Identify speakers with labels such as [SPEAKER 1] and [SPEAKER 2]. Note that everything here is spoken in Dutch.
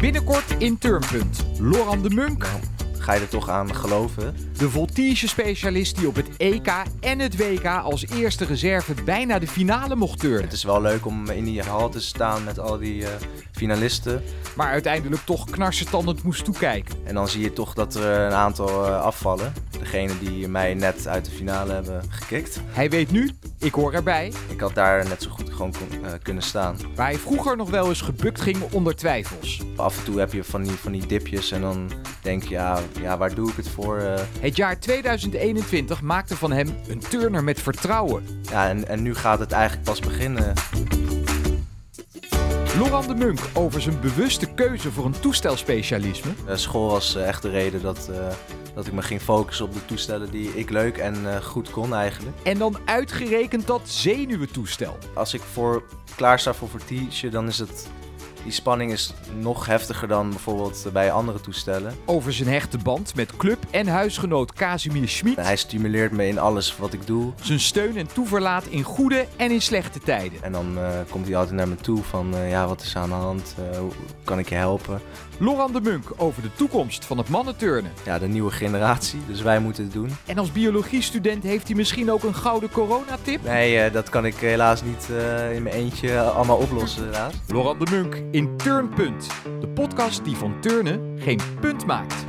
[SPEAKER 1] Binnenkort in Turnpunt. Loran de Munk,
[SPEAKER 2] Ga je er toch aan geloven?
[SPEAKER 1] de voltige-specialist die op het EK en het WK als eerste reserve bijna de finale mocht turnen.
[SPEAKER 2] Het is wel leuk om in die hal te staan met al die eh, finalisten.
[SPEAKER 1] Maar uiteindelijk toch knarsetandend moest toekijken.
[SPEAKER 2] En dan zie je toch dat er een aantal eh, afvallen. Degene die mij net uit de finale hebben gekikt.
[SPEAKER 1] Hij weet nu, ik hoor erbij,
[SPEAKER 2] Ik had daar net zo goed gewoon kon- eh, kunnen staan.
[SPEAKER 1] waar hij vroeger nog wel eens gebukt ging onder twijfels.
[SPEAKER 2] Af en toe heb je van die, van die dipjes en dan denk je, ja, ja waar doe ik het voor? eh?
[SPEAKER 1] Het jaar 2021 maakte van hem een turner met vertrouwen.
[SPEAKER 2] ja, en, en nu gaat het eigenlijk pas beginnen.
[SPEAKER 1] Loran de Munk over zijn bewuste keuze voor een toestelspecialisme.
[SPEAKER 2] Eh, school was eh, echt de reden dat, eh, dat ik me ging focussen op de toestellen die ik leuk en eh, goed kon eigenlijk.
[SPEAKER 1] En dan uitgerekend dat zenuwentoestel.
[SPEAKER 2] Als ik voor klaarsta voor vertietje, dan is het... Die spanning is nog heftiger dan bijvoorbeeld bij andere toestellen.
[SPEAKER 1] Over zijn hechte band met club en huisgenoot Casimir Schmid.
[SPEAKER 2] Hij stimuleert me in alles wat ik doe.
[SPEAKER 1] Zijn steun en toeverlaat in goede en in slechte tijden.
[SPEAKER 2] En dan eh, komt hij altijd naar me toe van, eh, ja, wat is aan de hand? Eh, hoe hoe kan ik je helpen?
[SPEAKER 1] Loran de Munk over de toekomst van het mannenturnen.
[SPEAKER 2] Ja, de nieuwe generatie, dus wij moeten het doen.
[SPEAKER 1] En als biologiestudent heeft hij misschien ook een gouden coronatip?
[SPEAKER 2] Nee, eh, dat kan ik helaas niet eh, in mijn eentje allemaal oplossen, helaas.
[SPEAKER 1] Loran de Munk in Turnpunt. De podcast die van turnen geen punt maakt.